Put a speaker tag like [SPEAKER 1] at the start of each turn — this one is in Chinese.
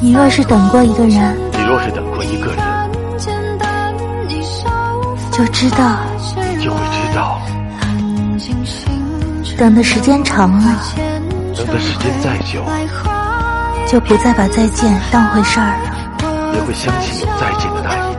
[SPEAKER 1] 你若是等过一个人，
[SPEAKER 2] 你若是等过一个人，
[SPEAKER 1] 就知道
[SPEAKER 2] 你就会知道，
[SPEAKER 1] 等的时间长了，
[SPEAKER 2] 等的时间再久，
[SPEAKER 1] 就不再把再见当回事儿了。
[SPEAKER 2] 也会相信有再见的那一天。